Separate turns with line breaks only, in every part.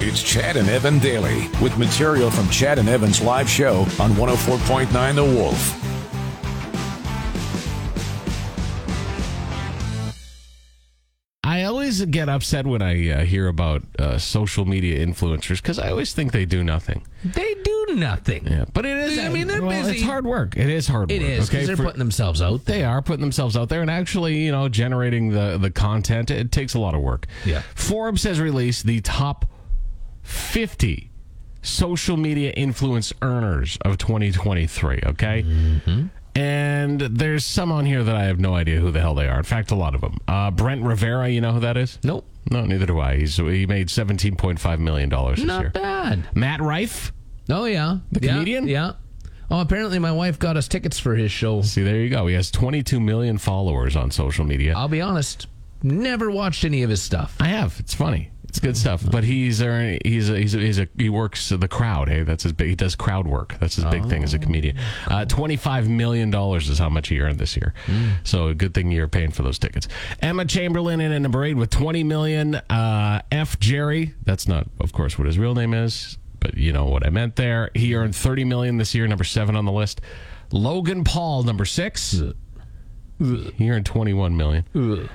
It's Chad and Evan Daily with material from Chad and Evan's live show on 104.9 The Wolf.
I always get upset when I uh, hear about uh, social media influencers because I always think they do nothing.
They do nothing.
Yeah, but it is.
I mean, they're
well,
busy.
It's hard work. It is hard
It
work.
is because
okay,
they're
For-
putting themselves out there.
they are putting themselves out there and actually, you know, generating the the content. It takes a lot of work.
Yeah.
Forbes has released the top 50 social media influence earners of 2023. Okay.
Mm-hmm.
And there's some on here that I have no idea who the hell they are. In fact, a lot of them. Uh, Brent Rivera, you know who that is?
Nope.
No, neither do I. He's, he made $17.5 million this year.
Not bad.
Matt Rife.
Oh yeah, the
comedian?
Yeah. Oh, apparently my wife got us tickets for his show.
See, there you go. He has 22 million followers on social media.
I'll be honest, never watched any of his stuff.
I have. It's funny. It's good stuff. But he's earn- he's a, he's a, he's a, he works the crowd. Hey, that's his big. He does crowd work. That's his big thing as a comedian. Uh, Twenty five million dollars is how much he earned this year. So good thing you're paying for those tickets. Emma Chamberlain in, in the parade with twenty million. Uh, F Jerry. That's not, of course, what his real name is, but you know what I meant there. He earned thirty million this year. Number seven on the list. Logan Paul, number six. He earned twenty one million.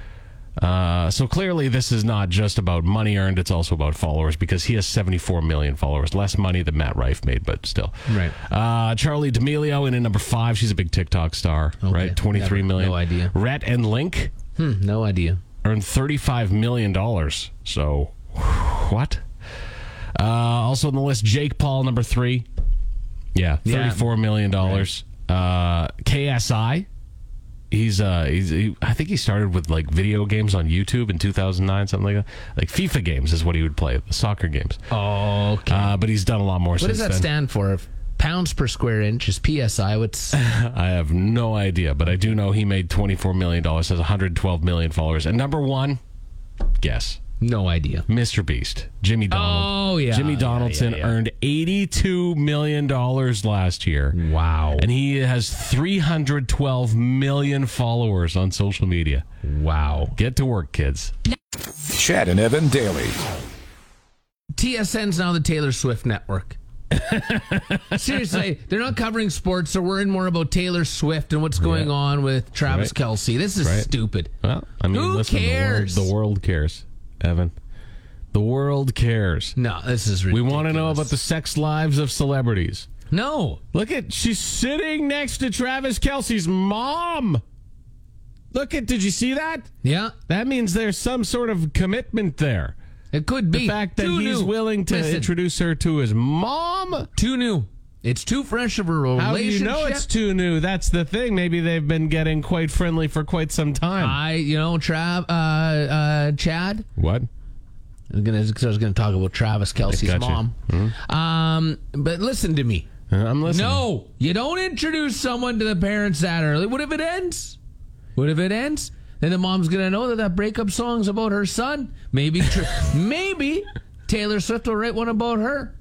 Uh, so clearly, this is not just about money earned; it's also about followers because he has 74 million followers, less money than Matt Rife made, but still.
Right.
Uh, Charlie D'Amelio in at number five. She's a big TikTok star, right? 23
Never-
million.
no idea.
Rhett and Link
Hmm, no idea.
earned 35 million dollars. So, what? Uh, also on the list, Jake Paul, number three. Yeah,
Yeah.
thirty-four million dollars. Uh, KSI. He's uh, he's he, I think he started with like video games on YouTube in 2009, something like that. Like FIFA games is what he would play, the soccer games.
Okay.
Uh, but he's done a lot more
Oh. what
since
does that
then.
stand for? If pounds per square inch is psi. What's
I have no idea, but I do know he made 24 million dollars, has 112 million followers, and number one, guess.
no idea.
Mr. Beast, Jimmy Donald.
Oh, yeah,
Jimmy
yeah,
Donaldson
yeah, yeah.
earned $82 million last year.
Wow.
And he has 312 million followers on social media.
Wow.
Get to work, kids.
Chad and Evan Daily.
TSN's now the Taylor Swift network. Seriously, they're not covering sports. They're worrying more about Taylor Swift and what's going
Yeah.
on with Travis
Right.
Kelsey. This is
Right.
stupid.
Well, I mean,
Who
listen, the world-
cares?
The world, cares, Evan. The world cares.
No, this is
We
ridiculous.
want to know about the sex lives of celebrities.
No.
Look at, she's sitting next to Travis Kelsey's mom. Look at, did you see that?
Yeah,
That means there's some sort of commitment there.
it could be.
The fact that
Too
he's
new.
willing to
Listen,
introduce her to his mom.
too new. It's too fresh of a relationship.
How do you know it's too new? That's the thing. Maybe they've been getting quite friendly for quite some time.
I, you know, Trav, uh, uh, Chad.
what?
I was gonna, 'cause I was going to talk about Travis Kelsey's
Gotcha.
mom.
Mm-hmm.
Um, but listen to me.
Uh, I'm listening.
No, you don't introduce someone to the parents that early. What if it ends? What if it ends? Then the mom's gonna know that that breakup song's about her son. Maybe, tr- maybe Taylor Swift will write one about her.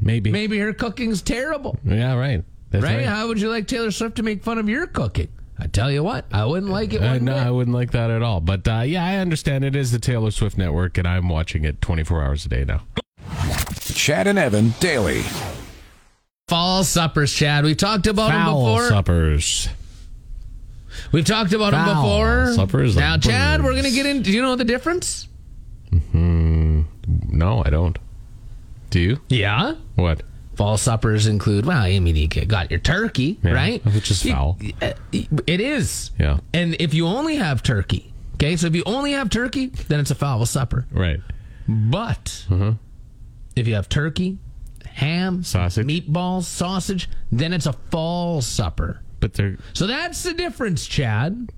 Maybe.
Maybe her cooking's terrible.
Yeah, right. That's
Right?
right.
How would you like Taylor Swift to make fun of your cooking? I tell you what, I wouldn't like it.
Uh,
one
no, I
bit.
wouldn't like that at all. But uh, yeah, I understand it is the Taylor Swift network, and I'm watching it 24 hours a day now.
Chad and Evan Daily.
Fall suppers, Chad. We've talked about them
Foul
before.
suppers.
We've talked about them
Foul
before.
suppers like
now, Chad, we're
birds.
gonna get in. Do you know the difference?
Hmm. No, I don't. Do you?
Yeah.
What?
Fall suppers include. Well, I mean, you got your turkey,
Yeah,
right?
which is
You-
foul.
uh, It is.
Yeah.
And if you only have turkey, okay, so if you only have turkey, then it's a foul supper.
Right.
But
Mm-hmm.
if you have turkey, ham,
Sausage.
meatballs, sausage, then it's a fall supper.
But they're
So that's the difference, Chad.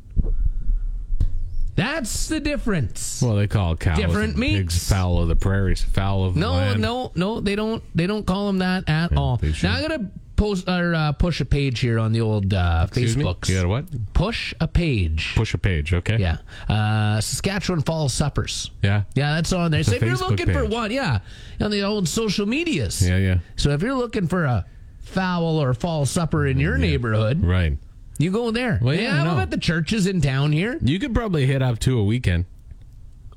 That's the difference.
Well, they call cows
Different
and
meats.
pigs fowl of the prairies, fowl of the
No,
land.
no, no. They don't. They don't call him that at all.
they should.
Now I gotta post or uh, push a page here on the old uh,
Excuse me?
Facebooks.
You got a what?
Push a page.
Push a page, okay?
Yeah, uh, Saskatchewan fall suppers.
Yeah.
yeah, that's on there. So
a
if you're
Facebook
looking for
page.
one, yeah, on the old social medias.
Yeah, yeah.
So if you're looking for a fowl or fall supper in your neighborhood,
Right.
you go there.
Well, yeah,
yeah, I'm
no.
at the churches in town here.
You could probably hit up to a weekend.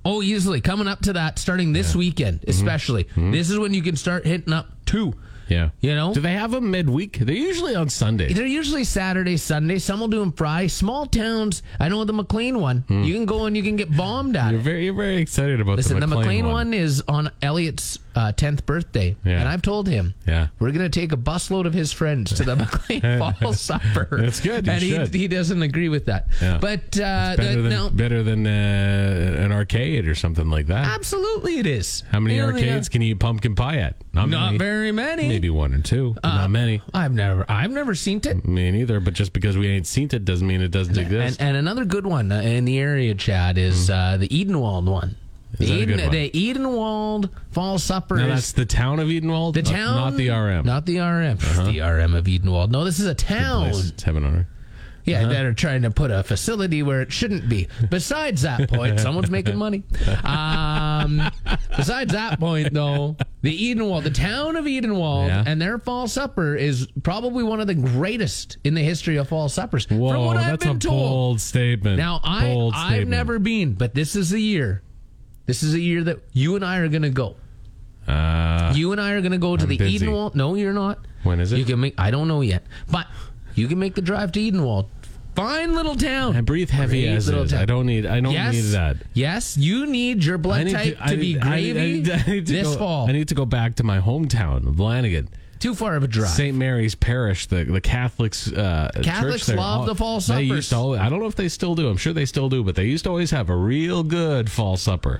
Oh, easily coming up to that starting this weekend,
Mm-hmm.
especially. This is when you can start hitting up two.
Yeah.
You know?
Do they have them midweek? They're usually on Sunday.
They're usually Saturday, Sunday. Some will do them Friday. Small towns. I know the McLean one.
Hmm.
You can go and you can get bombed at.
You're
it.
very, you're very excited about
Listen,
the
the
McLean,
McLean one.
one.
is on Elliot's uh, 10th birthday.
Yeah.
And I've told him,
Yeah.
we're going to take a busload of his friends to the McLean Fall Supper.
That's good. You
and
should.
he, he doesn't agree with that.
Yeah.
But uh,
Better
the-
than,
no,
better than uh, an arcade or something like that.
absolutely it is.
How many
You know, the-
arcades can you eat pumpkin pie at?
Not very Uh, many.
Maybe one or two. not many.
I've never, I've never seen it.
Me neither. But just because we ain't seen it doesn't mean it doesn't
And,
exist.
and another good one uh, in the area, Chad, is uh, the Edenwald one.
Hmm. Is
the,
that a good one?
the Edenwald Fall Supper
now
is
that's the town of Edenwald.
the
not,
town,
not the RM.
not the RM, the RM of Edenwald. No, this is a town.
Place. Uh-huh. It's heaven on earth.
Yeah, that are trying to put a facility where it shouldn't be. Besides that point, someone's making money. Um, besides that point, though, the Edenwald, the town of Edenwald,
Yeah.
and their fall supper is probably one of the greatest in the history of fall suppers.
Whoa,
from what
that's
I've been
a
told.
bold statement.
Now I
bold
I've
statement.
never been, but this is a year. This is a year that you and I are gonna go.
Uh,
You and I are gonna go to
I'm
the
busy.
Edenwald. No, you're not.
When is it?
You can make. I don't know yet, but you can make the drive to Edenwald. Fine little town.
I breathe heavy
Great
as
little
is.
town.
I don't need. I don't
yes,
need that.
Yes, you need your blood
I need
type to,
I
be
need- I- I
gravy
need- I need to
this
go-
fall.
I need to go back to my hometown of Lanigan.
Too far of a drive.
St. Mary's Parish, the the Catholics. Uh,
Catholics
church there,
love
all-
the fall
They
suppers.
used to. Always, I don't know if they still do. I'm sure they still do, but they used to always have a real good fall supper.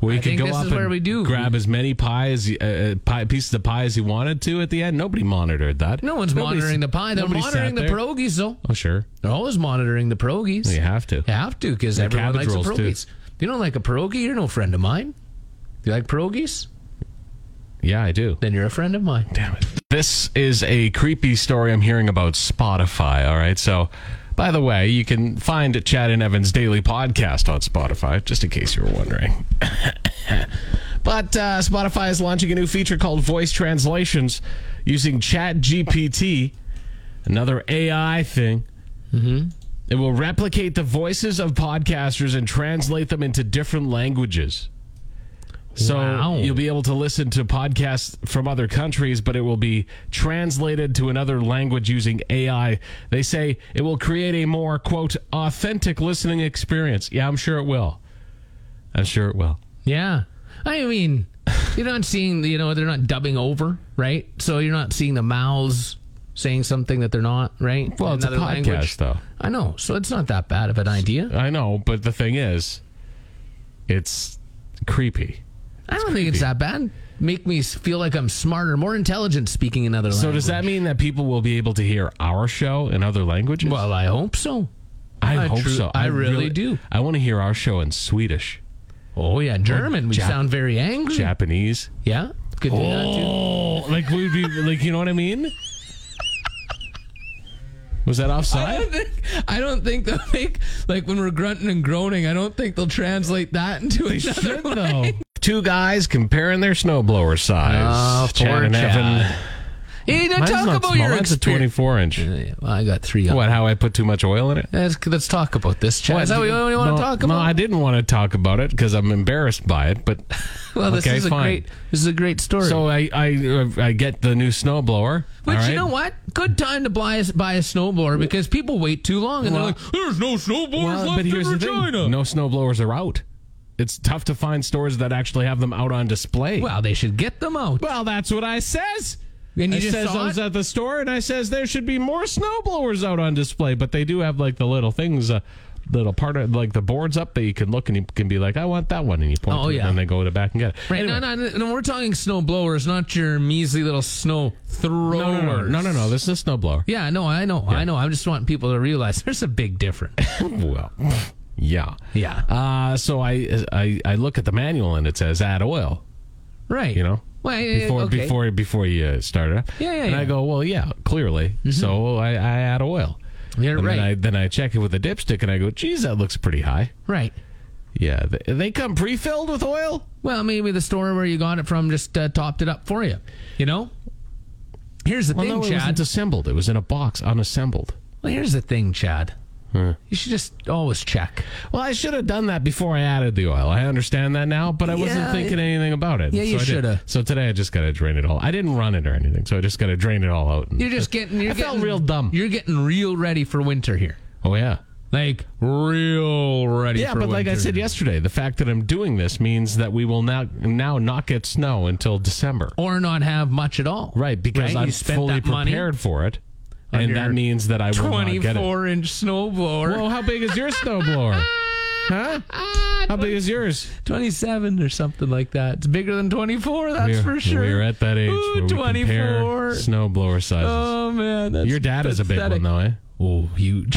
We
I
could
think
go
this
up
is where
and
we do.
grab as many pies, uh, pie, pieces of pie as you wanted to at the end. Nobody monitored that.
No one's
Nobody's-
monitoring the pie. They're
nobody sat
monitoring the
there.
pierogies, though.
Oh sure,
They're always monitoring the pierogies.
you have to.
You have to because everyone
cabbage
likes the
rolls, too.
pierogies. If you don't like a pierogi, you're no friend of mine. You like pierogies?
Yeah, I do.
Then you're a friend of mine.
Damn it. This is a creepy story I'm hearing about Spotify. All right. So, by the way, you can find Chad and Evan's daily podcast on Spotify, just in case you were wondering. but uh, Spotify is launching a new feature called voice translations using Chat GPT, another AI thing. It will replicate the voices of podcasters and translate them into different languages. So
Wow.
you'll be able to listen to podcasts from other countries, but it will be translated to another language using AI. They say it will create a more, quote, authentic listening experience. Yeah, I'm sure it will. I'm sure it will.
Yeah. I mean, you're not seeing, you know, they're not dubbing over, right? So you're not seeing the mouths saying something that they're not, right?
Well, it's a podcast, though.
I know. So it's not that bad of an idea.
I know, but the thing is, it's creepy.
I don't think it's that bad. Make me s- feel like I'm smarter, more intelligent speaking another language.
So does that mean that people will be able to hear our show in other languages?
Well, I hope so.
I,
I
hope
tru-
so.
I really do.
I want to hear our show in Swedish,
Oh, yeah. German. We
Jap-
sound very angry.
Japanese.
Yeah. Could do that, too.
Oh, like we'd be like, you know what I mean? Was that
I
offside?
don't think I don't think they'll make like when we're grunting and groaning. I don't think they'll translate that into another
No. Two guys comparing their snowblower size.
Oh, poor Chad. You need to
Mine's
talk
not
about
small.
your
Mine's a
experience.
24 inch.
Well, I got three. On.
What? How I put too much oil in it?
Let's, let's talk about this, Chad. Is that what you,
no,
want to talk about?
No, I didn't want to talk about it because I'm embarrassed by it. But
well, this
okay,
is a
fine.
great. This is a great story.
so I I, I get the new snowblower.
But
all right?
you know what? Good time to buy a, buy a snowboard because people wait too long and
Well-
they're like, "There's no snowboards
Well,
left
but here's
in
the thing:
Regina."
no snowblowers are out. It's tough to find stores that actually have them out on display.
Well, they should get them out.
Well, that's what I says.
And you
I
just
says
saw
I was
it?
at the store, and I says there should be more snowblowers out on display, but they do have like the little things, uh, little part of like the boards up that you can look and you can be like, I want that one, and you point.
Oh,
to it,
yeah.
and they go to back and get it.
Right,
Anyway.
no, no, no, we're talking snow blowers, not your measly little snow throwers.
no, no, no, no, no, no, This is a snowblower.
Yeah, no, I know, I know. I just want people to realize there's a big difference.
Well, Yeah.
Yeah.
Uh, so I, I I look at the manual and it says add oil.
Right.
You know.
Well, yeah, yeah,
before
okay.
before before you uh, start it up.
Yeah, yeah,
And I
yeah. Mm-hmm.
go, well, yeah, clearly. So I, I add oil.
Yeah,
and
right.
Then I, then I check it with a dipstick and I go, geez, that looks pretty high.
Right.
Yeah. They, they come pre-filled with oil.
Well, maybe the store where you got it from just uh, topped it up for you. You know. Here's the
Well,
thing,
no, it
Chad.
wasn't assembled. It was in a box, unassembled.
Well, here's the thing, Chad. You should just always check.
Well, I should have done that before I added the oil. I understand that now, but I wasn't
Yeah,
thinking anything about it.
Yeah, you
I did-
shoulda.
So today I just got to drain it all. I didn't run it or anything, so I just got to drain it all out. and-
You're just getting. You're
I felt
getting-
real dumb.
You're getting real ready for winter here.
oh yeah.
Like real ready.
Yeah,
for
but like I
winter.
said yesterday, the fact that I'm doing this means that we will now now not get snow until December.
or not have much at all.
Right, because
You
I'm
spent
fully
that money
prepared for it,
on
and that
your
means that I will not get it.
24 inch snowblower. Ah,
Whoa, how big is your snowblower? Huh? How big is yours?
27 or something like that. It's bigger than 24, that's
We're-
for sure.
We're at that age
Ooh,
where we
24.
compare snowblower sizes.
Oh, man. That's
Your dad is a big one,
pathetic.
though, eh?
Oh, huge.